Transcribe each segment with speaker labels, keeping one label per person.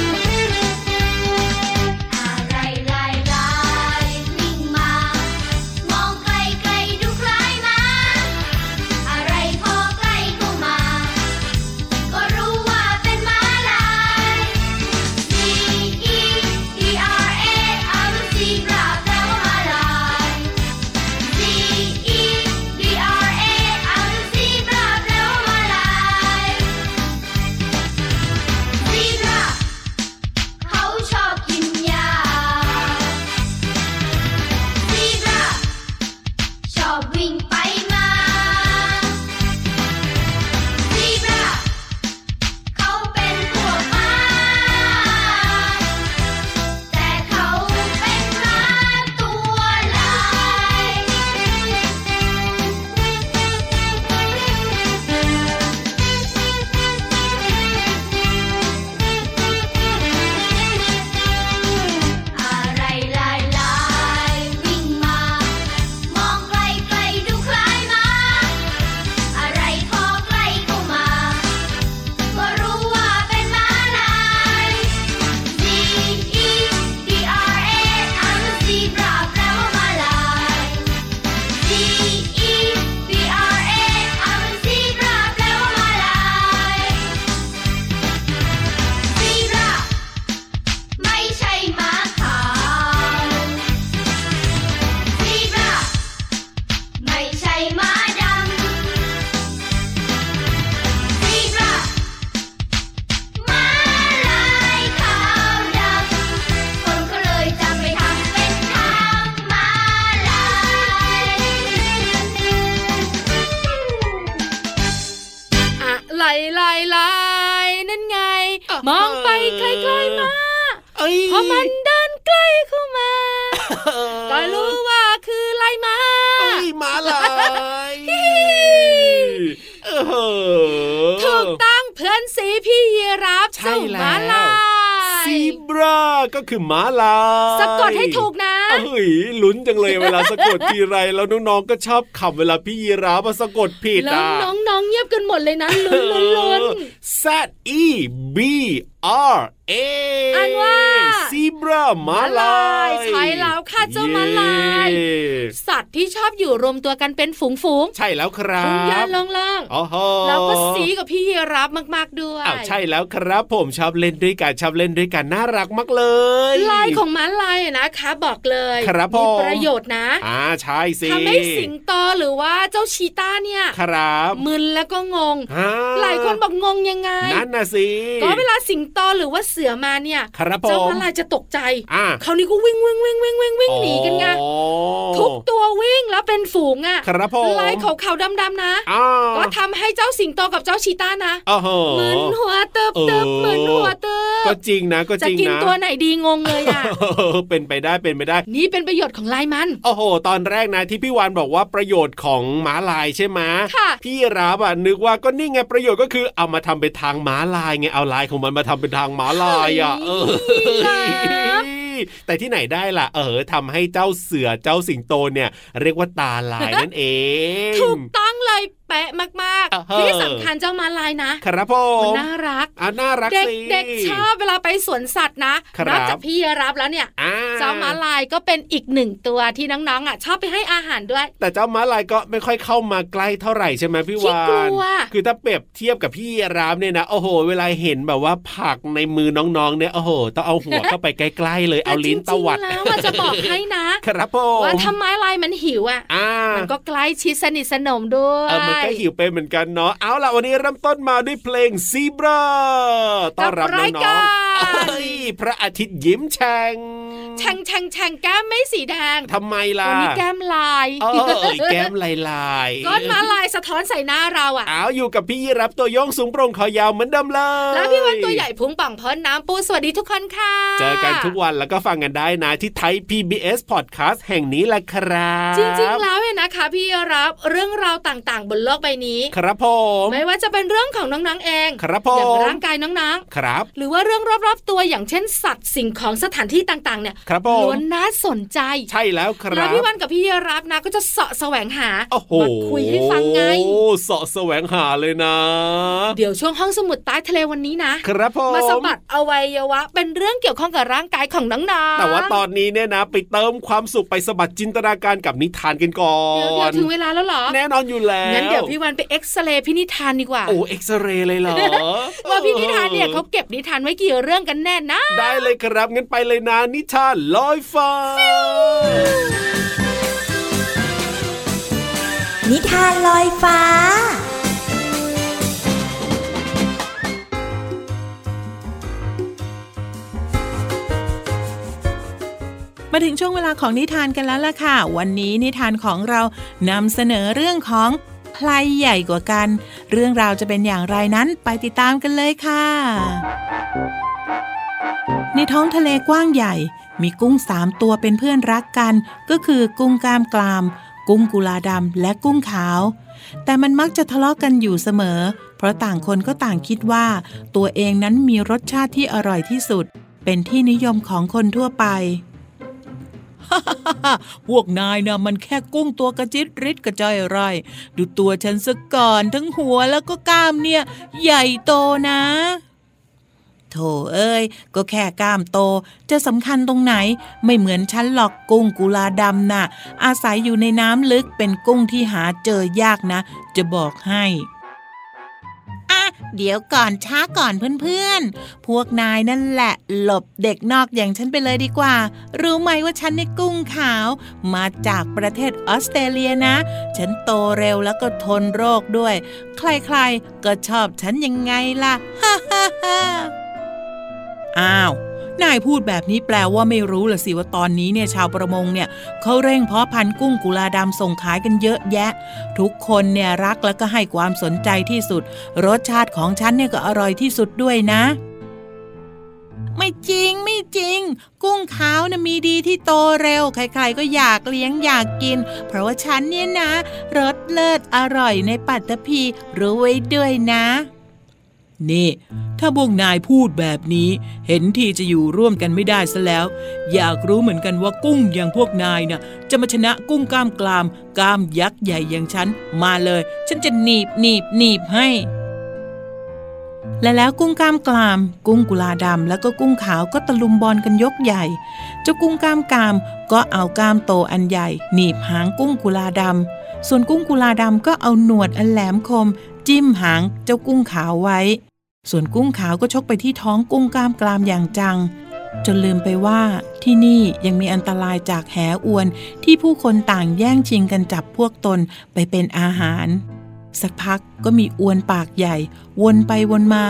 Speaker 1: อะไรลายลายวิ่งมา มองไกลไกลดูคล้ายม้าอะไรพอใกล้เข้ามา ก็รู้ว่าเป็นม้าลาย C E B R A เอาลูกซีปราบแปลว่าม้าลาย C E B R A เอาลูกซีปราบแปลว่าม้าลาย ซีปราบ เขาชอบกินยาซีบราชอบวิ่งไปมาซีบราเขาเป็นพวกม้า แต่เขาเป็นม้าตัวลาย อะไรลายลายวิ่งมา มองไกลไกลดูคล้ายม้าอะไรพอใกล้เข้ามา ก็รู้ว่าเป็นม้าลาย D E B R A อ่านว่าซีบราแปลว่าม้าลาย D E B R A อ่านว่าซีบราแปลว่าม้าลายซีบรา ไม่ใช่ม้าขาวซีบราไม่ใช่ม้าดำซีบราม้าลายขาวดำ คนก็เลยจำไปทำเป็นทางม้าลาย
Speaker 2: อะไรลายลายนั่นไง มองไปใกล้ๆมา
Speaker 3: เอ้ย
Speaker 2: พอมันเดินใกล้เข้ามาก็รู้ว่าคือลายมา
Speaker 3: เอ้ยมาลายเออ
Speaker 2: ถูกต้องเพื่อนสีพี่ยีรับ
Speaker 3: ใช่
Speaker 2: สู่
Speaker 3: แล้ว
Speaker 2: มาลาย
Speaker 3: ซีบราก็คือม้าลาย
Speaker 2: สะกดให้ถูกนะ
Speaker 3: เอ้ยลุ้นจังเลยเวลาสะกดทีไรแล้วน้องๆก็ชอบขำเวลาพี่ยีราฟมาสะกดผิด
Speaker 2: แล้ว
Speaker 3: อ่ะ
Speaker 2: น้องๆเงียบกันหมดเลยนะลุ้นลุ้นลุ้น
Speaker 3: ซ E B R A
Speaker 2: อันว่า
Speaker 3: ซีบราม้าลาย
Speaker 2: ม้าลายใช่แล้วค่ะเจ้าม้าลาย
Speaker 3: เย้
Speaker 2: สัตว์ที่ชอบอยู่รวมตัวกันเป็นฝูงๆฝูง
Speaker 3: ใช่แล้วครั
Speaker 2: ฝูงยาน
Speaker 3: บ
Speaker 2: ล่าง
Speaker 3: โอ้โห
Speaker 2: ๆแล้วก็สีกับพี่ยีรับมากๆด้วย
Speaker 3: อ้าวใช่แล้วครับผมชอบเล่นด้วยกันชอบเล่นด้วยกันน่ารักมากเลย
Speaker 2: ลายของม้าลายอะนะคะบอกเลย
Speaker 3: ครับผม
Speaker 2: มีประโยชน์นะ
Speaker 3: อ่าใช่สิ
Speaker 2: ทำให้สิงโตหรือว่าเจ้าชีต้าเนี่ย
Speaker 3: ครับ
Speaker 2: มึนแล้วก็งง
Speaker 3: อ่
Speaker 2: หลายคนบอกงงยังไง
Speaker 3: นั่นนะสิ
Speaker 2: ก็เวลาสิงโตหรือว่าเสือมาเนี่ย
Speaker 3: ครับผ
Speaker 2: เจ้าม พลายจะตกใจ
Speaker 3: อ่า
Speaker 2: เขาวนี่ก็วิ่งวิ่งวิ่งวิ่งวิ่งวิ่งหนีกันไง
Speaker 3: อ๋อ
Speaker 2: ทุกตัววิ่งแล้วเป็นฝูงอะ
Speaker 3: ครับผม
Speaker 2: ลายขาวๆดำๆนะ
Speaker 3: อ้าว
Speaker 2: ก็ทำให้เจ้าสิงโตกับเจ้าชีต้านะ
Speaker 3: อ้าวโห
Speaker 2: มึนหัวเติบ
Speaker 3: เออ
Speaker 2: เติบมึนหัวเติ
Speaker 3: ก็
Speaker 2: บ
Speaker 3: จริงนะก็
Speaker 2: จะ
Speaker 3: จริง
Speaker 2: กิน
Speaker 3: นะ
Speaker 2: ตัวไหนดีงงเลยอะ
Speaker 3: เออเป็นไปได้เป็นไปได้
Speaker 2: นี่เป็นประโยชน์ของลายมัน
Speaker 3: โอ้โห ตอนแรกนะที่พี่วานบอกว่าประโยชน์ของม้าลายใช่ไหม
Speaker 2: ค่ะ
Speaker 3: พี่รับอ่ะนึกว่าก็นี่ไงประโยชน์ก็คือเอามาทำเป็นทางม้าลายไงเอาลายของมันมาทำเป็นทางม้าลายอ่ะเออ แต่ที่ไหนได้ล่ะ เออทำให้เจ้าเสือเจ้าสิงโตเนี่ย เรียกว่าตาลายนั่นเอง
Speaker 2: ถูกต้องเลยแปะมาก
Speaker 3: อ่าฮะ
Speaker 2: ๆที่สำคัญเจ้ามาลายนะ
Speaker 3: ครับผ
Speaker 2: มัน
Speaker 3: ม
Speaker 2: น่ารัก
Speaker 3: อ่ะน่ารัก
Speaker 2: เด็ก
Speaker 3: สิ
Speaker 2: เด็กชอบเวลาไปสวนสัตว์นะครับ นอกจากพี่รับแล้วเนี่ย
Speaker 3: อ่
Speaker 2: เจ้าม้าลายก็เป็นอีกหนึ่งตัวที่น้องๆอ่ะชอบไปให้อาหารด้วย
Speaker 3: แต่เจ้าม้าลายก็ไม่ค่อยเข้ามาใกล้เท่าไหร่ใช่ไหมพี่วา
Speaker 2: ขี้กลั
Speaker 3: น
Speaker 2: ว
Speaker 3: คือถ้าเปรียบเทียบกับพี่รามเนี่ยนะ โอ้โห เวลาเห็นแบบว่าผักในมือน้องๆ เนี่ย โอ้โห ต้องเอาหัวเข้าไปใกล้ๆ เลย เอาลิ้นตวัด
Speaker 2: แต่จริงๆแล้วอ่ะจะบอกให้นะ
Speaker 3: ครับผม
Speaker 2: ว่าทำไมลายมันหิวอ่ะ
Speaker 3: อ่า
Speaker 2: มันก็ใกล้ชิดสนิทสนมด้วย
Speaker 3: เออมันก็หิวไปเหมือนกันเนาะ เอาล่ะ วันนี้เริ่มต้นมาด้วยเพลงซีบราต้อนรับน้
Speaker 2: กั
Speaker 3: อง
Speaker 2: รายการ
Speaker 3: ๆเอ้ยพระอาทิตย์ยิ้มแฉ่ง
Speaker 2: แฉ่งแฉ่งแฉ่งแก้มไม่สีแดง
Speaker 3: ทำไมล่ะ
Speaker 2: วันนี้แก้มลาย
Speaker 3: เออเอ้ยแก้มลายลายๆ
Speaker 2: ก้อนมาลายสะท้อนใส่หน้าเราอ่ะ
Speaker 3: เอาอยู่กับพี่ยีรับตัวโยงสูงโปร่งคอยาวเหมือนเดิมเลย
Speaker 2: แล้วพี่วันตัวใหญ่พุงป่องพ้นน้ำปูสวัสดีทุกคนค่ะ
Speaker 3: เจอกันทุกวันแล้วก็ฟังกันได้นะที่ไทย PBS Podcast แห่งนี้แหละครับ
Speaker 2: จริงๆแล้วเนี่ยนะคะ พี่รับเรื่องราวต่างๆ บนโลกใบนี้
Speaker 3: ครับผม
Speaker 2: ไม่ว่าจะเป็นเรื่องของน้องๆเอง
Speaker 3: ครับผ
Speaker 2: อย่าง
Speaker 3: ม
Speaker 2: ร่างกายน้อง
Speaker 3: ครับ
Speaker 2: ๆ หรือว่าเรื่องรอบๆตัวอย่างเช่น สัตว์สิ่งของสถานที่ต่างๆ เนี่ย
Speaker 3: ครับผม
Speaker 2: ล้วนน่าสนใจ
Speaker 3: ใช่แล้วค
Speaker 2: แล้ว
Speaker 3: รับ
Speaker 2: พี่วันกับพี่รับนะ ก็จะเสาะแสวงหา
Speaker 3: โอ้โห
Speaker 2: มาคุยให้ฟังไง
Speaker 3: โอ้เสาะแสวงหาเลยนะ
Speaker 2: เดี๋ยวช่วงห้องสมุดใต้ทะเลวันนี้นะครับ
Speaker 3: ผม
Speaker 2: มาสะบัดอวัยวะ เป็นเรื่องเกี่ยวข้องกับร่างกายของน้องๆ
Speaker 3: แต่ว่าตอนนี้เนี่ยนะ ไปเติมความสุขไปสะบัดจินตนาการกับนิทานกันก่อ
Speaker 2: เดี๋ยวเดี๋ย
Speaker 3: น
Speaker 2: วถึงเวลาแล้วเหรอ
Speaker 3: แน่นอนอยู่แล้ว
Speaker 2: งั้นเดี๋ยวพี่วันไปเอ็กซเรย์พี่นิทานดีกว่า
Speaker 3: โอ้เอ็กซเรย์เลยเหรอ
Speaker 2: ว่าพี่นิทานเนี่ยเขาเก็บนิทานไว้กี่เรื่องกันแน่นะ
Speaker 3: ได้เลยครับงั้นไปเลยนะนิทานลอยฟ้า
Speaker 4: นิทานลอยฟ้า
Speaker 5: มาถึงช่วงเวลาของนิทานกันแล้วล่ะค่ะ วันนี้นิทานของเรานำเสนอเรื่องของใครใหญ่กว่ากัน เรื่องราวจะเป็นอย่างไรนั้นไปติดตามกันเลยค่ะ ในท้องทะเลกว้างใหญ่ มีกุ้งสามตัวเป็นเพื่อนรักกัน ก็คือกุ้งกล้ามกลาม กุ้งกุลาดำและกุ้งขาว แต่มันมักจะทะเลาะกันอยู่เสมอ เพราะต่างคนก็ต่างคิดว่า ตัวเองนั้นมีรสชาติที่อร่อยที่สุด เป็นที่นิยมของคนทั่วไป พวกนายนะมันแค่กุ้งตัวกระจิตริดกระจ้อยไรอย ดูตัวฉันสักก่อนทั้งหัวแล้วก็กล้ามเนี่ย ใหญ่โตนะโถเอ้ย ก็แค่กล้ามโตจะสำคัญตรงไหน ไม่เหมือนฉันหรอกกุ้งกุลาดำน่ะ อาศัยอยู่ในน้ำลึกเป็นกุ้งที่หาเจอยากนะ จะบอกให้อ่ะเดี๋ยวก่อนช้าก่อนเพื่อนๆ พวกนายนั่นแหละ หลบเด็กนอกอย่างฉันไปเลยดีกว่า รู้ไหมว่าฉันในยกุ้งขาว มาจากประเทศออสเตรเลียนะ ฉันโตเร็วแล้วก็ทนโรคด้วย ใครๆ ก็ชอบฉันยังไงล่ะ ฮ่าฮ่าฮ่าอ้าว นายพูดแบบนี้แปลว่าไม่รู้เหรอสิว่าตอนนี้เนี่ยชาวประมงเนี่ยเขาเร่งเพาะพันธุ์กุ้งกุลาดำส่งขายกันเยอะแยะ ทุกคนเนี่ยรักแล้วก็ให้ความสนใจที่สุด รสชาติของฉันเนี่ยก็อร่อยที่สุดด้วยนะ ไม่จริงไม่จริง กุ้งขาวนะมีดีที่โตเร็ว ใครๆก็อยากเลี้ยงอยากกิน เพราะว่าฉันเนี่ยนะรสเลิศอร่อยในปัตตภีรู้ไว้ด้วยนะ นี่ ถ้าพวกนายพูดแบบนี้ เห็นทีจะอยู่ร่วมกันไม่ได้ซะแล้ว อยากรู้เหมือนกันว่ากุ้งอย่างพวกนายน่ะ จะมาชนะกุ้งกล้ามกลามกล้ามยักษ์ใหญ่อย่างฉัน มาเลย ฉันจะหนีบหนีบหนีบให้ และแล้วกุ้งกล้ามกลาม กุ้งกุลาดำแล้วก็กุ้งขาวก็ตะลุมบอลกันยกใหญ่ เจ้ากุ้งกล้ามกลามก็เอากล้ามโตอันใหญ่ หนีบหางกุ้งกุลาดำส่วนกุ้งกุลาดำก็เอาหนวดอันแหลมคม จิ้มหางเจ้ากุ้งขาวไว้ ส่วนกุ้งขาวก็ชกไปที่ท้องกุ้งกล้ามกลามอย่างจัง จนลืมไปว่าที่นี่ยังมีอันตรายจากแหอวนที่ผู้คนต่างแย่งชิงกันจับพวกตนไปเป็นอาหาร สักพักก็มีอวนปากใหญ่ วนไปวนมา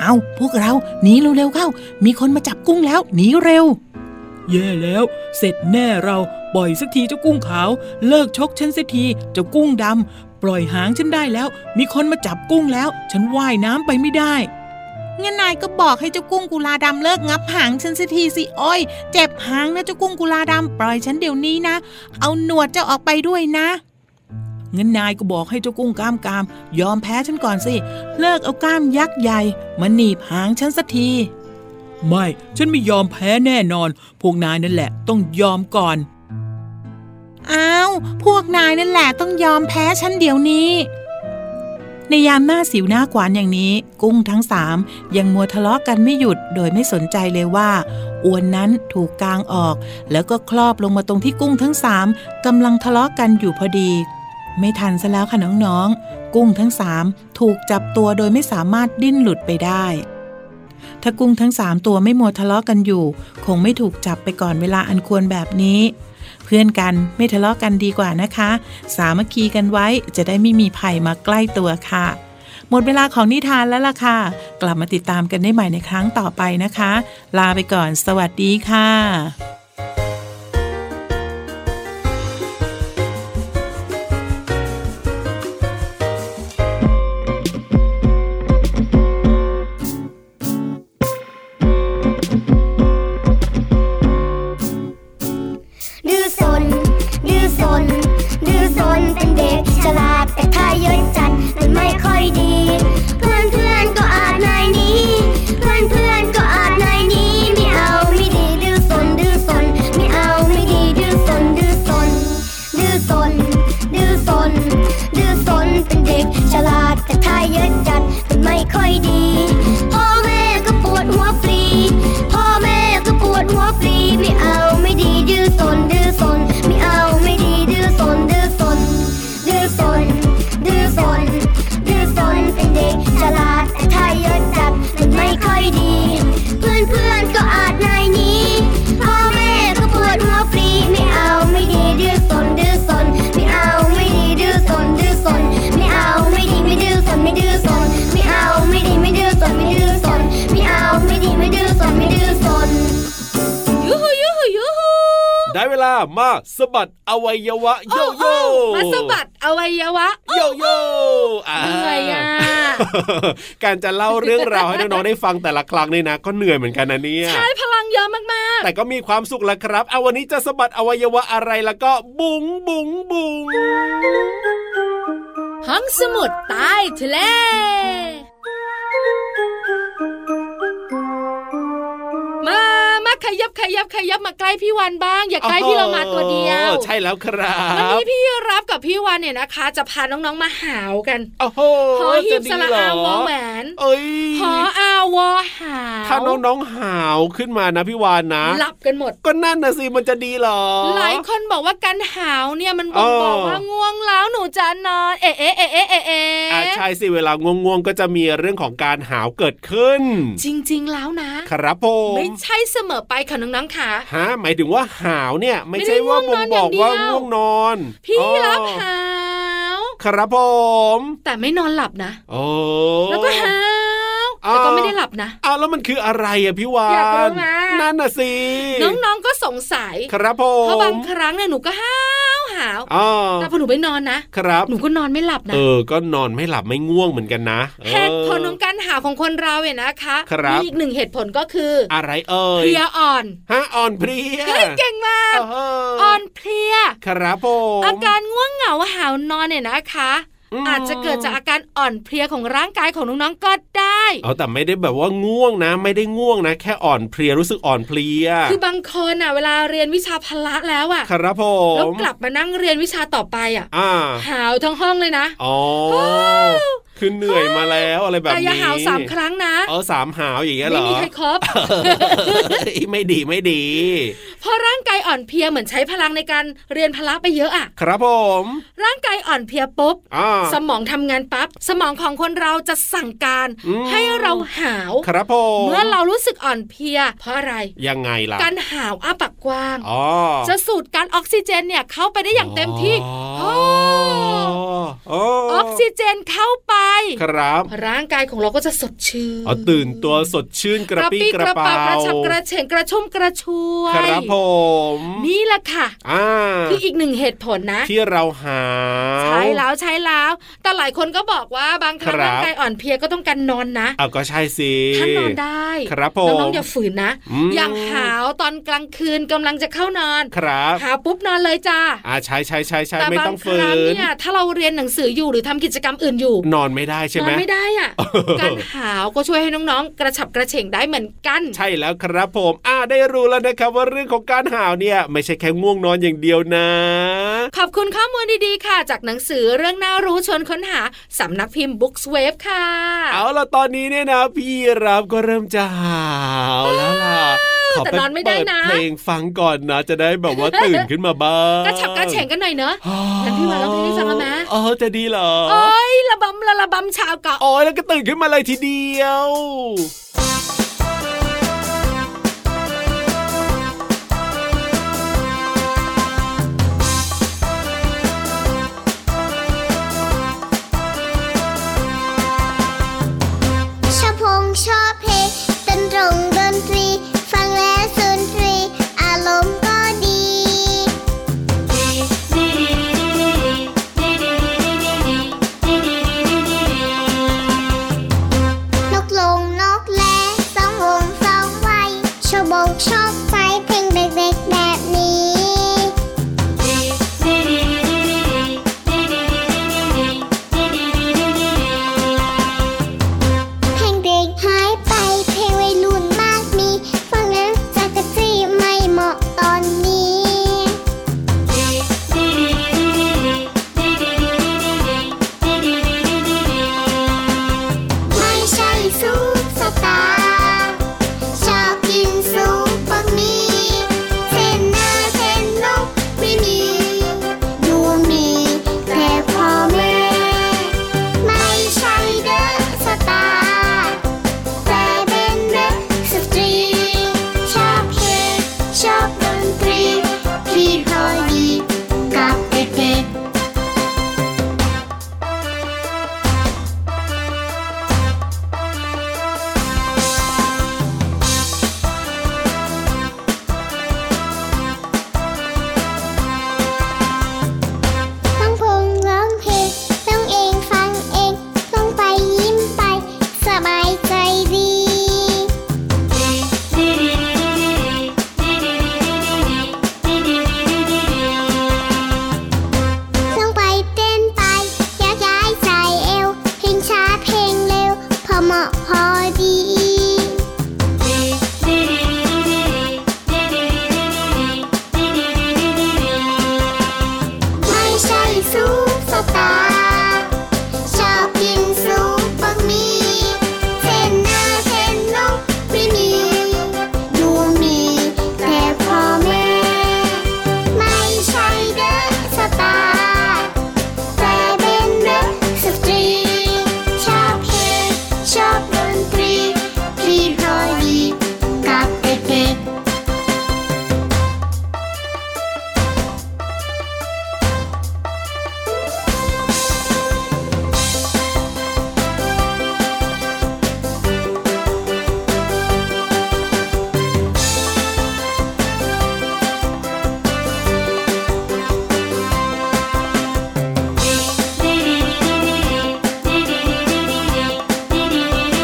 Speaker 5: เอาพวกเราหนีเร็วๆเข้า มีคนมาจับกุ้งแล้วหนีเร็ว แย่แล้ว เสร็จแน่เราปล่อยสักทีเจ้ากุ้งขาว เลิกชกฉันสักทีเจ้ากุ้งดำปล่อยหางฉันได้แล้ว มีคนมาจับกุ้งแล้ว ฉันว่ายน้ำไปไม่ได้งั้นนายก็บอกให้เจ้ากุ้งกุลาดำเลิกงับหางฉันสักทีสิโอ้อยเจ็บหางนะเจ้ากุ้งกุลาดำปล่อยฉันเดี๋ยวนี้นะ เอาหนวดเจ้าออกไปด้วยนะ งั้นนายก็บอกให้เจ้ากุ้งกล้ามกราม ยอมแพ้ฉันก่อนสิ เลิกเอากล้ามยักษ์ใหญ่มาหนีบหางฉันสักที ไม่ ฉันไม่ยอมแพ้แน่นอน พวกนายนั่นแหละต้องยอมก่อนอ้าวพวกนายนั่นแหละต้องยอมแพ้ฉันเดี๋ยวนี้ ในยามหน้าสิวหน้าขวานอย่างนี้ กุ้งทั้งสามยังมัวทะเลาะกันไม่หยุดโดยไม่สนใจเลยว่าอวนนั้นถูกกางออก แล้วก็ครอบลงมาตรงที่กุ้งทั้งสามกำลังทะเลาะกันอยู่พอดี ไม่ทันซะแล้วค่ะน้องๆ กุ้งทั้งสามถูกจับตัวโดยไม่สามารถดิ้นหลุดไปได้ ถ้ากุ้งทั้งสามตัวไม่มัวทะเลาะกันอยู่ คงไม่ถูกจับไปก่อนเวลาอันควรแบบนี้ เพื่อนกันไม่ทะเลาะกันดีกว่านะคะ สามัคคีกันไว้จะได้ไม่มีภัยมาใกล้ตัวค่ะ หมดเวลาของนิทานแล้วล่ะค่ะ กลับมาติดตามกันได้ใหม่ในครั้งต่อไปนะคะ ลาไปก่อน สวัสดีค่ะ
Speaker 6: แต่ถ้าเยอะจัดมันไม่ค่อยดี พ่อแม่ก็ปวดหัวฟรี พ่อแม่ก็ปวดหัวฟรี ไม่เอาไม่ดีดื้อสนดื้อสน ไม่เอาไม่ดีดื้อสนดื้อสน ดื้อสน ดื้อสน ดื้อสนเป็นเด็กฉลาดแต่ถ้าเยอะจัดมันไม่ค่อยดี เพื่อนเพื่อนๆก็อาจนายหนี้ พ่อแม่ก็ปวดหัวฟรี ไม่เอาไม่ดีดื้อสนดื้อสน ไม่เอาไม่ดีดื้อสนดื้อสน ไม่เอาไม่ดีไม่ดื้อสนไม่ดื้อสน ไม่เอาไม่ดีไม่ดื้อสนไม่ดื้อสน ไม่เอาไม่ดีไม่ดื้อสนไม่ดื้อสน
Speaker 2: ยูฮูยูฮูยูฮู
Speaker 3: ได้เวลามาสะบัดอวัยวะโยโย่
Speaker 2: อ้หมาสะบัดอวัยวะ
Speaker 3: โยโย่า
Speaker 2: เหนื่อยอ่ะ
Speaker 3: การจะเล่าเรื่องราวให้น้องๆได้ฟังแต่ละครั้งเนี่ยนะ ก็เหนื่อยเหมือนกันนะเนี่ย
Speaker 2: ใช้พลังเยอะมาก
Speaker 3: แต่ก็มีความสุขละครับ เอาวันนี้จะสะบัดอวัยวะอะไรแล้วก็บุ๋งบุ๋งบุ๋ง
Speaker 2: ๆ ห้องสมุดใต้ทะเล มามาขยับขยับขยับมาใกล้พี่วันบ้าง อย่าใกล้พี่เรามาตัวเดียว
Speaker 3: โอ้โหใช่แล้วครั
Speaker 2: วัน
Speaker 3: บ
Speaker 2: นี้พี่รับกับพี่วันเนี่ยนะคะ จะพาน้องๆมาหาวกัน
Speaker 3: โอ้โห
Speaker 2: หอหี
Speaker 3: จะ
Speaker 2: บ
Speaker 3: ดี
Speaker 2: สละ
Speaker 3: เหร
Speaker 2: อาวอแหวน
Speaker 3: เอ้ย
Speaker 2: หออาวอหาว
Speaker 3: ถ้าน้องๆหาวขึ้นมานะพี่วานนะ
Speaker 2: หลับกันหมด
Speaker 3: ก็นั่นนะสิมันจะดีเหรอ
Speaker 2: หลายคนบอกว่าการหาวเนี่ยมันบ่งบอก
Speaker 3: เออ
Speaker 2: ว่าง่วงแล้วหนูจะนอน เอ๊ะเอ๊ะเอ๊ะเอ๊ะเอ๊ะเอ๊
Speaker 3: อ่ะ
Speaker 2: ะ
Speaker 3: ใช่สิเวลาง่วงๆก็จะมีเรื่องของการหาวเกิดขึ้น
Speaker 2: จริง ๆ แล้วนะ
Speaker 3: ครับผม
Speaker 2: ไม่ใช่เสมอไปค่ะน้องๆค่ะ
Speaker 3: ฮะหมายถึงว่าหาวเนี่ย ไม่ใช่
Speaker 2: ไม่ได้
Speaker 3: ว่าบ่งบอกว่า
Speaker 2: ง่
Speaker 3: ง่
Speaker 2: ว
Speaker 3: ว
Speaker 2: ง
Speaker 3: ง
Speaker 2: น
Speaker 3: น
Speaker 2: อ
Speaker 3: อน
Speaker 2: พี่
Speaker 3: อ๋อ
Speaker 2: รับหาว
Speaker 3: ครับผม
Speaker 2: แต่ไม่นอนหลับนะ
Speaker 3: โอ้
Speaker 2: แล้วก็หาว
Speaker 3: อ๋อ
Speaker 2: แต่ก็ไม่ได้หลับนะ
Speaker 3: อ้าวแล้วมันคืออะไรอะพี่วา
Speaker 2: อยากรู้
Speaker 3: น
Speaker 2: นะ
Speaker 3: นั่นน่ะสิ
Speaker 2: น้องๆก็สงสัย
Speaker 3: ครับผ
Speaker 2: เพราะบาม งครั้งเนี่ยหนูก็หาวหาว
Speaker 3: อ๋อ
Speaker 2: แต่พอหนูไปนอนนะครับ หนูก็นอนไม่หลับนะ
Speaker 3: เออ ก็นอนไม่หลับไม่ง่วงเหมือนกันนะเออ
Speaker 2: เหตุผลของการหาวของคนเราเนี่ยนะคะ
Speaker 3: ครับ
Speaker 2: มีอีกหนึ่งเหตุผลก็คืออ
Speaker 3: อะไรเอ่
Speaker 2: เพ
Speaker 3: ย
Speaker 2: ลียอ่อน
Speaker 3: ฮะอ่อนเพลีย
Speaker 2: เฮ้ยเก่งมาก
Speaker 3: เอ
Speaker 2: อ่อนเพลีย
Speaker 3: ครับผม
Speaker 2: อาการง่วงเหงาหาวนอนเนี่ยนะคะ
Speaker 3: ม
Speaker 2: อาจจะเกิดจากอาการอ่อนเพลียของร่างกายของน้องๆก็ได้
Speaker 3: เอาแต่ไม่ได้แบบว่าง่วงนะ ไม่ได้ง่วงนะ แค่อ่อนเพลียรู้สึกอ่อนเพลีย
Speaker 2: คือบางคนอ่ะเวลาเรียนวิชาพละแล้วอ่ะ
Speaker 3: ครับผ
Speaker 2: แล้ว
Speaker 3: ม
Speaker 2: กลับมานั่งเรียนวิชาต่อไปอ่ะ
Speaker 3: อ่า
Speaker 2: หาวทั้งห้องเลยนะ
Speaker 3: อ๋อคือเหนื่อยมาแล้วอะไรแบบ
Speaker 2: แต่
Speaker 3: นี้
Speaker 2: อย่าหาวสามครั้งนะ
Speaker 3: เออสามหาวอย่างเงี้ยเหร
Speaker 2: ไม่
Speaker 3: อ
Speaker 2: มีใครครบ
Speaker 3: เอ้ย ไม่ดีไม่ดี
Speaker 2: เพราะร่างกายอ่อนเพลียเหมือนใช้พลังในการเรียนพละไปเยอะอ่ะ
Speaker 3: ครับผม
Speaker 2: ร่างกายอ่อนเพลียปุ๊บ
Speaker 3: อ่า
Speaker 2: สมองทำงานปั๊บสมองของคนเราจะสั่งการ
Speaker 3: อืม
Speaker 2: ให้เราหาว
Speaker 3: ครับผม
Speaker 2: เมื่อเรารู้สึกอ่อนเพลีย เพราะอะไร
Speaker 3: ยังไงล่ะ
Speaker 2: การหาวอ้าปากกว้าง
Speaker 3: อ๋อ
Speaker 2: จะสูดการออกซิเจนเนี่ยเข้าไปได้อย่างเต็มที่
Speaker 3: อ๋ออ๋อ
Speaker 2: ออกซิเจนเข้าไป
Speaker 3: ครับ
Speaker 2: ร่างกายของเราก็จะสดชื่น
Speaker 3: อ๋อตื่นตัวสดชื่นกระปี้กระ
Speaker 2: ก
Speaker 3: เป๋า
Speaker 2: ระชับกระเฉงกระชุ่มกระชวย
Speaker 3: ครับผม
Speaker 2: นี่แหละค่ะ
Speaker 3: อ่า
Speaker 2: คืออีกหนึ่งเหตุผลนะ
Speaker 3: ที่เราหา
Speaker 2: ใช้แล้วใช้แล้ว แต่หลายคนก็บอกว่าบางครั้ง
Speaker 3: ครับ
Speaker 2: ร่างกายอ่อนเพลียก็ต้องการนอนนะ
Speaker 3: เอาก็ใช่สิ
Speaker 2: ท่านนอนได้
Speaker 3: ครับผม
Speaker 2: น้องๆอย่าฝืนนะ
Speaker 3: อืม
Speaker 2: อย่างหาวตอนกลางคืนกำลังจะเข้านอน
Speaker 3: ครับ
Speaker 2: หาวปุ๊บนอนเลยจ้า
Speaker 3: อ่าใช่ใช่ใช่ใช่
Speaker 2: แต่
Speaker 3: ไม่
Speaker 2: บา
Speaker 3: ต้อง ง
Speaker 2: ค
Speaker 3: ฝื
Speaker 2: รั้ง
Speaker 3: น
Speaker 2: เนี่ยถ้าเราเรียนหนังสืออยู่หรือทำกิจกรรมอื่นอยู่
Speaker 3: นอนไม่ได้ใช่
Speaker 2: นอ
Speaker 3: ไหม
Speaker 2: นไม่ได้อ่ะ การหาวก็ช่วยให้น้องๆ กระฉับกระเฉงได้เหมือนกัน
Speaker 3: ใช่แล้วครับผมอ่าได้รู้แล้วนะครับว่าเรื่องของการหาวเนี่ย ไม่ใช่แค่ง่วงนอนอย่างเดียวนะ
Speaker 2: ขอบคุณข้อมูลดีๆ ค่ะ จากหนังสือเรื่องน่ารู้ชวนค้นหาสำนักพิมพ์ Books Wave ค่ะ
Speaker 3: เอาล่ะตอนนี้เนี่ยนะ พี่รับก็เริ่มจะหาวแล้วล่ะขอ
Speaker 2: แต่
Speaker 3: ไป
Speaker 2: นอนไม่ได้
Speaker 3: เปิด
Speaker 2: นะ
Speaker 3: เพลงฟังก่อนนะ จะได้แบบว่าตื่นขึ้นมาบ้าง
Speaker 2: กระฉับกระเฉงกันหน่อยเนอะ
Speaker 3: อ๋อ
Speaker 2: แล้วพี่วานร้องเพลงให้ฟังแล้วนะ
Speaker 3: อ๋อจะดีเหรอ
Speaker 2: โอ้ยระบำละระบำชาวเกาะ
Speaker 3: โอ้ยแล้วก็ตื่นขึ้นมาเลยทีเดียว
Speaker 7: ชอบพงชอบเพลงดนตรงดนตรี ฟังแล้วสุนทรีอารมณ์ก็ดี นกลงนกแล
Speaker 8: ะพอดี ไม่ใช่ซุปสตาร์ชอบกินซุปบะหมี่เส้นหน้าเส้นนกไม่มีดูมีแต่พ่อแม่ ไม่ใช่เดอะสตาร์แต่เป็นเดอะสตรี ชอบเพลงชอบดนตรีที่รอยดีกับเด็กๆ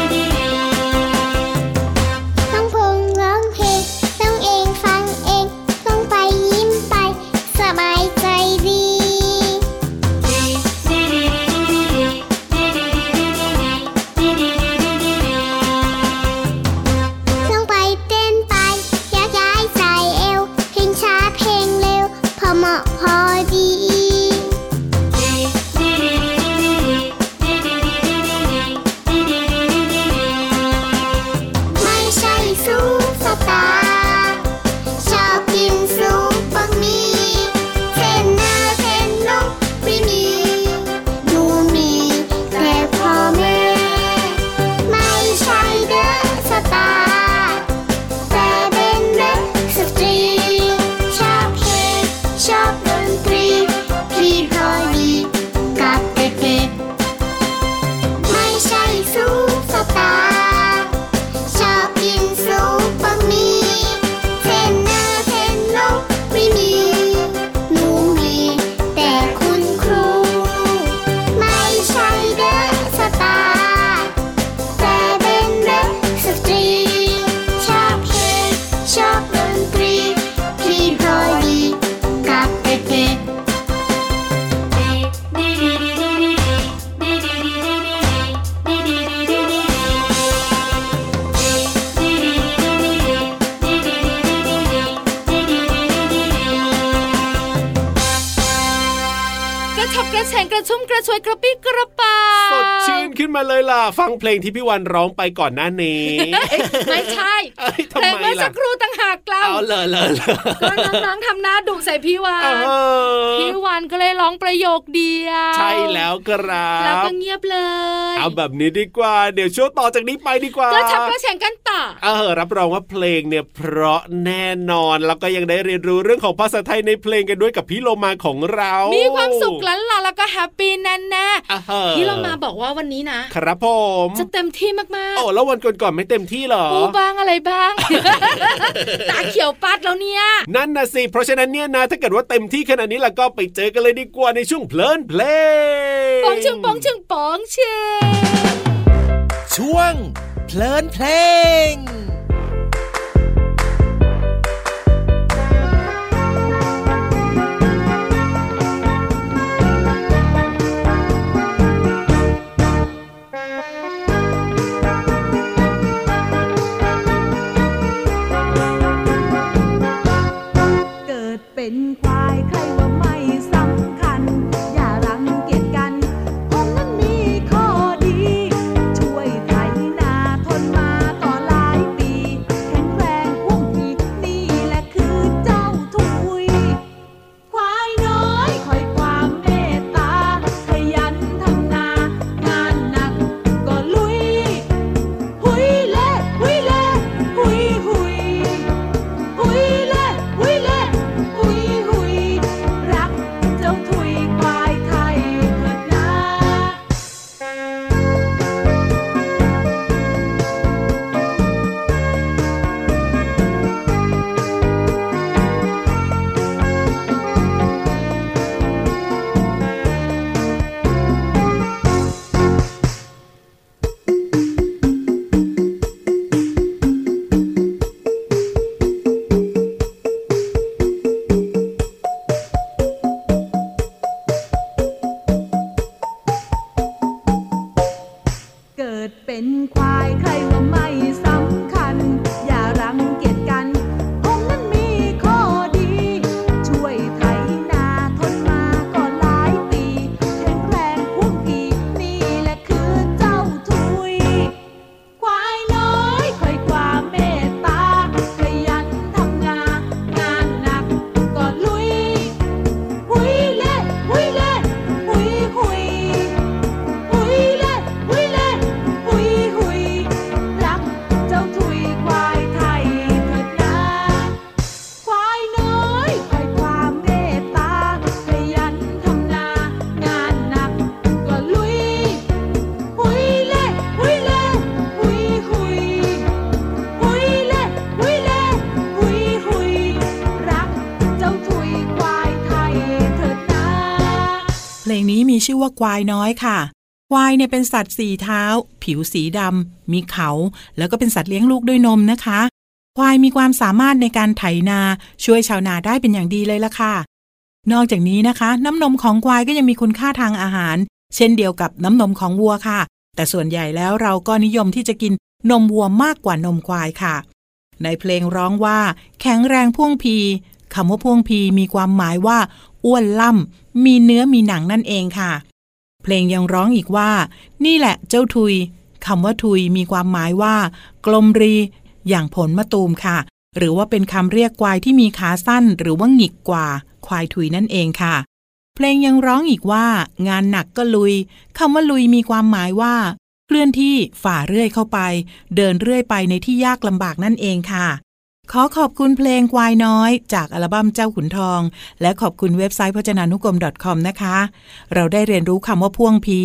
Speaker 8: ต้องพงร้องเพลงต้องเองฟังเอง ต้องไปยิ้มไป สบายใจดี ต้องไปเต้นไปยักย้ายใส่เอว เพลงช้าเพลงเร็ว พอเหมาะพอดี ไม่ใช่ซุปสตาร์ชอบกินซุปบะหมี่เส้นหน้าเส้นนกไม่มี ดูมีแต่พ่อแม่ ไม่ใช่เดอะสตาร์แต่เป็นเดอะสตรี ชอบเพลงชอบดนตรีที่รอยดีกับเด็กๆไม่ใช่ซุปสตาร์ ชอบกินซุปบะหมี่เส้นหน้าเส้นนกไม่มีหนูมีแต่คุณครู ไม่ใช่เดอะสตาร์แต่เป็นเดอะสตรี ชอบเพลงชอบดนตรีที่พอดีกับเด็กๆ
Speaker 2: กระชับกระแฉงกระชุ่มกระชวยกระปี้กระเป๋า
Speaker 3: สดชื่นขึ้นมาเลยล่ะ ฟังเพลงที่พี่วันร้องไปก่อนหน้านี้
Speaker 2: ไม่ใช่
Speaker 3: เอ้ยทำไม
Speaker 2: เพลงเมื่อ
Speaker 3: ล่ะ
Speaker 2: สักครู่ต่างหากเรา
Speaker 3: เอาเลยเลยเลย
Speaker 2: ก็น้องๆทำหน้าดุใส่พี่วา
Speaker 3: เอน อ
Speaker 2: พี่วานก็เลยร้องประโยคเดียว
Speaker 3: ใช่แล้วครั
Speaker 2: แล้ว
Speaker 3: บ
Speaker 2: ก็เงียบเลย
Speaker 3: เอาแบบนี้ดีกว่า เดี๋ยวช่วงต่อจากนี้ไปดีกว่า
Speaker 2: ก็ชับกระแฉงกันต่อ
Speaker 3: เออรับรองว่าเพลงเนี่ยเพราะแน่นอนแล้วก็ยังได้เรียนรู้เรื่องของภาษาไทยในเพลงกันด้วยกับพี่โลมาของเรา
Speaker 2: มี
Speaker 3: มี
Speaker 2: ความสุขล้านลาแล้วก็แฮปปี้แน่แน่ๆพี่เรามาบอกว่าวันนี้นะ
Speaker 3: ครับผม
Speaker 2: จะเต็มที่มาก
Speaker 3: โอ้แล้ววันก่อนๆไม่เต็มที่เหรอ
Speaker 2: ๆปูบ้างอะไรบ้าง ตาเขียวปัดแล้วเนี่ย
Speaker 3: นั่นนะสิเพราะฉะนั้นเนี่ยนะถ้าเกิดว่าเต็มที่ขนาดนี้แล้วก็ไปเจอกันเลยดีกว่าในช่วงเพลินเพลง
Speaker 2: ปองชึงปองชึงปองชึง
Speaker 7: ช่วง เพลินเพลง
Speaker 9: เกิดเป็นควายใครว่าไม่สำคัญ อย่ารังเกียจกัน ผมนั้นมีข้อดี ช่วยไถนาทนมาต่อหลายปี แข็งแรงพุ่งปีนี่แหละคือเจ้าทุย ควายน้อยคอยความเมตตา ขยันทำนา งานหนักก็ลุย หุยเล่หุยเล่หุยหุย หุยเล่หุยเล่หุยหุย รักเจ้าถุยควายไทยเถิดนา เกิดเป็นคว
Speaker 5: ชื่อว่าควายน้อยค่ะ ควายเนี่ยเป็นสัตว์สี่เท้า ผิวสีดำมีเขา แล้วก็เป็นสัตว์เลี้ยงลูกด้วยนมนะคะ ควายมีความสามารถในการไถนา ช่วยชาวนาได้เป็นอย่างดีเลยล่ะค่ะ นอกจากนี้นะคะ น้ำนมของควายก็ยังมีคุณค่าทางอาหาร เช่นเดียวกับน้ำนมของวัวค่ะ แต่ส่วนใหญ่แล้วเราก็นิยมที่จะกินนมวัวมากกว่านมควายค่ะ ในเพลงร้องว่า แข็งแรงพ่วงพีคำว่าพ่วงพีมีความหมายว่าอ้วนล่ำมีเนื้อมีหนังนั่นเองค่ะ เพลงยังร้องอีกว่า นี่แหละเจ้าทุยคำว่าทุยมีความหมายว่า กลมรี อย่างผลมะตูมค่ะ หรือว่าเป็นคำเรียกควายที่มีขาสั้น หรือว่าหงิกกว่า ควายทุยนั่นเองค่ะ เพลงยังร้องอีกว่า งานหนักก็ลุยคำว่าลุยมีความหมายว่า เคลื่อนที่ฝ่าเรื่อยเข้าไป เดินเรื่อยไปในที่ยากลำบากนั่นเองค่ะ ขอขอบคุณเพลงควายน้อย จากอัลบั้มเจ้าขุนทอง และขอบคุณเว็บไซต์พจนานุกรม .com นะคะ เราได้เรียนรู้คำว่าพ่วงพี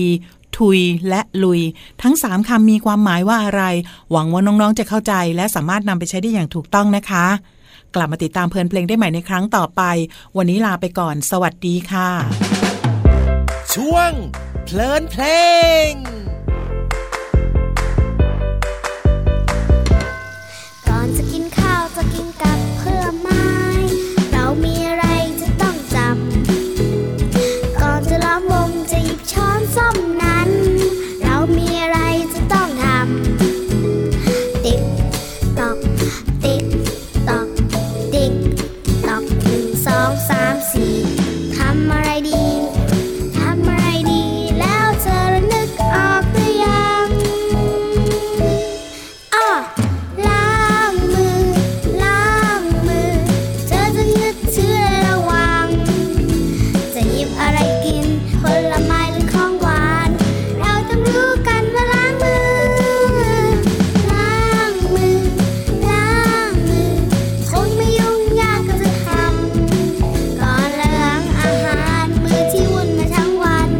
Speaker 5: ทุยและลุย ทั้ง 3คำมีความหมายว่าอะไร หวังว่าน้อง ๆ จะเข้าใจ และสามารถนำไปใช้ได้อย่างถูกต้องนะคะ กลับมาติดตามเพลินเพลงได้ใหม่ในครั้งต่อไป วันนี้ลาไปก่อน สวัสดีค่ะ
Speaker 10: ช่วง เพลินเพลง
Speaker 11: ก่อนจะกินข้าวจะกินกับเพื่อไม้ เรามีอะไรจะต้องจำ ก่อนจะล้อมวงจะหยิบช้อนส้อมนั้น เรามีอะไรจะต้องทำ ติ๊กตอก ติ๊กตอก ติ๊กตอกหนึ่งสองสามสี่ทำอะไรดี ทำอะไรดี แล้วเธอนึกออกหรือยัง อ้อล้างมือ ล้างมือ เธอจะนึกถึงระวัง จะหยิบอะไรกิน ผลไม้หรือของหวาน เราต้องรู้กันว่าล้างมือ ล้างมือ ล้างมือ คงไม่ยุ่งยากก็จะทำ ก่อนล้างอาหารมือที่วุ่นมาทั้งวัน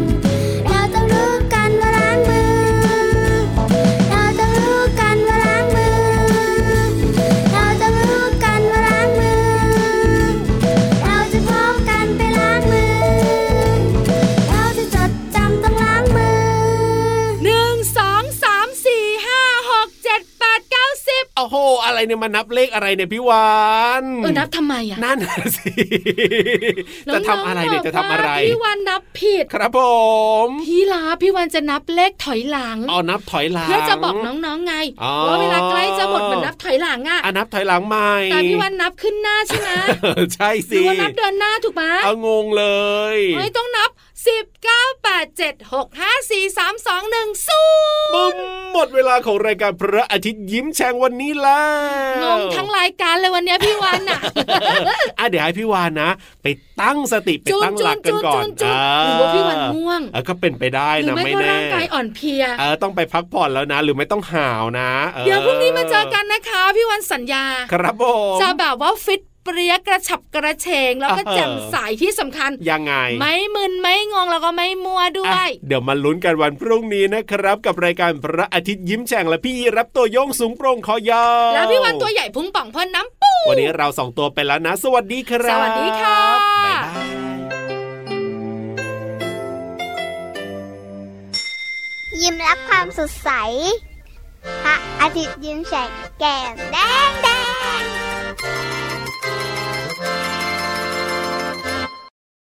Speaker 11: เราต้องรู้กันว่าล้างมือ เราต้องรู้กันว่าล้างมือ เราต้องรู้กันว่าล้างมือ เราจะพร้อมกันไปล้างมือ เราจะจดจำต้องล้างมือ
Speaker 2: หนึ่งสองสามสี่ห้าหกเจ็ดแปดเก้าสิบ
Speaker 3: โอ้โห อะไรเนี่ยมานับเลขอะไรเนี่ยพี่วาน
Speaker 2: เออนับทำไมอ่ะ
Speaker 3: นั่นน่ะสิ จะทำอะไรเนี่ยจะทำอะไร
Speaker 2: น้งๆบกว่าพี่วันนับผิด
Speaker 3: ครับผม
Speaker 2: พี่ลาพี่วันจะนับเลขถอยหลัง
Speaker 3: เอานับถอยหลัง
Speaker 2: เพื่อจะบอกน้องๆไง
Speaker 3: อ๋อ
Speaker 2: ว่าเวลาใกล้จะหมดเหมือนนับถอยหลังอ่ะ
Speaker 3: อ่ะนับถอยหลังใหม่
Speaker 2: แต่พี่วันนับขึ้นหน้าใช่ไหม
Speaker 3: ใช่
Speaker 2: หรื
Speaker 3: สิ
Speaker 2: อว่านับเดินหน้าถูกไหม
Speaker 3: เอางงเลย
Speaker 2: ไม่ต้องนับสิบเก้าแปดเจ็ดหกห้าสี่สามสองหนึ่งศูนย์
Speaker 3: บึ้มหมดเวลาของรายการพระอาทิตย์ยิ้มแฉ่งวันนี้แล้
Speaker 2: ง
Speaker 3: ว
Speaker 2: งทั้งรายการเลยวันเนี้ยพี่วันอ่ะ
Speaker 3: อ่ะเดี๋ยวให้พี่วานนะ ไปตั้งสติไป
Speaker 2: จูน
Speaker 3: ตั้ง
Speaker 2: จู
Speaker 3: หลั
Speaker 2: น
Speaker 3: กกัน
Speaker 2: จูน
Speaker 3: ก่อ
Speaker 2: จู
Speaker 3: น
Speaker 2: นจูนหรือว่าพี่วันง่วง
Speaker 3: เออก็เป็นไปได้
Speaker 2: หรือ
Speaker 3: นะ
Speaker 2: ไม่
Speaker 3: ไม่
Speaker 2: ก็
Speaker 3: แน่
Speaker 2: ร่างกายอ่อนเพลีย
Speaker 3: เออต้องไปพักผ่อนแล้วนะ หรือไม่ต้องห่าวนะออ
Speaker 2: เดี๋ยวพรุ่งนี้มาเจอกันนะคะ พี่วันสัญญา
Speaker 3: ครับผม
Speaker 2: จะแบบว่าฟิตเปรี้ยกระฉับกระเฉง แล้วก็
Speaker 3: เออ
Speaker 2: แจ่มใสที่สำคัญ
Speaker 3: ยังไง
Speaker 2: ไม่มึนไม่งงแล้วก็ไม่มัวด้ว
Speaker 3: อ่ะ
Speaker 2: ย
Speaker 3: เดี๋ยวมาลุ้นกันวันพรุ่งนี้นะครับ กับรายการพระอาทิตย์ยิ้มแฉ่งและพี่รับตัวโยงสูงโปร่งคอยาว
Speaker 2: แล้วพี่วันตัวใหญ่พุงป่องพ่นน้ำปู
Speaker 3: วันนี้เราสองตัวไปแล้วนะ สวัสดีค
Speaker 2: ส
Speaker 3: รับ
Speaker 2: วัสดีค่ะ
Speaker 3: บ๊ายบาย
Speaker 11: ยิ้มรับความสดใส พระอาทิตย์ยิ้มแฉกแก้มแดง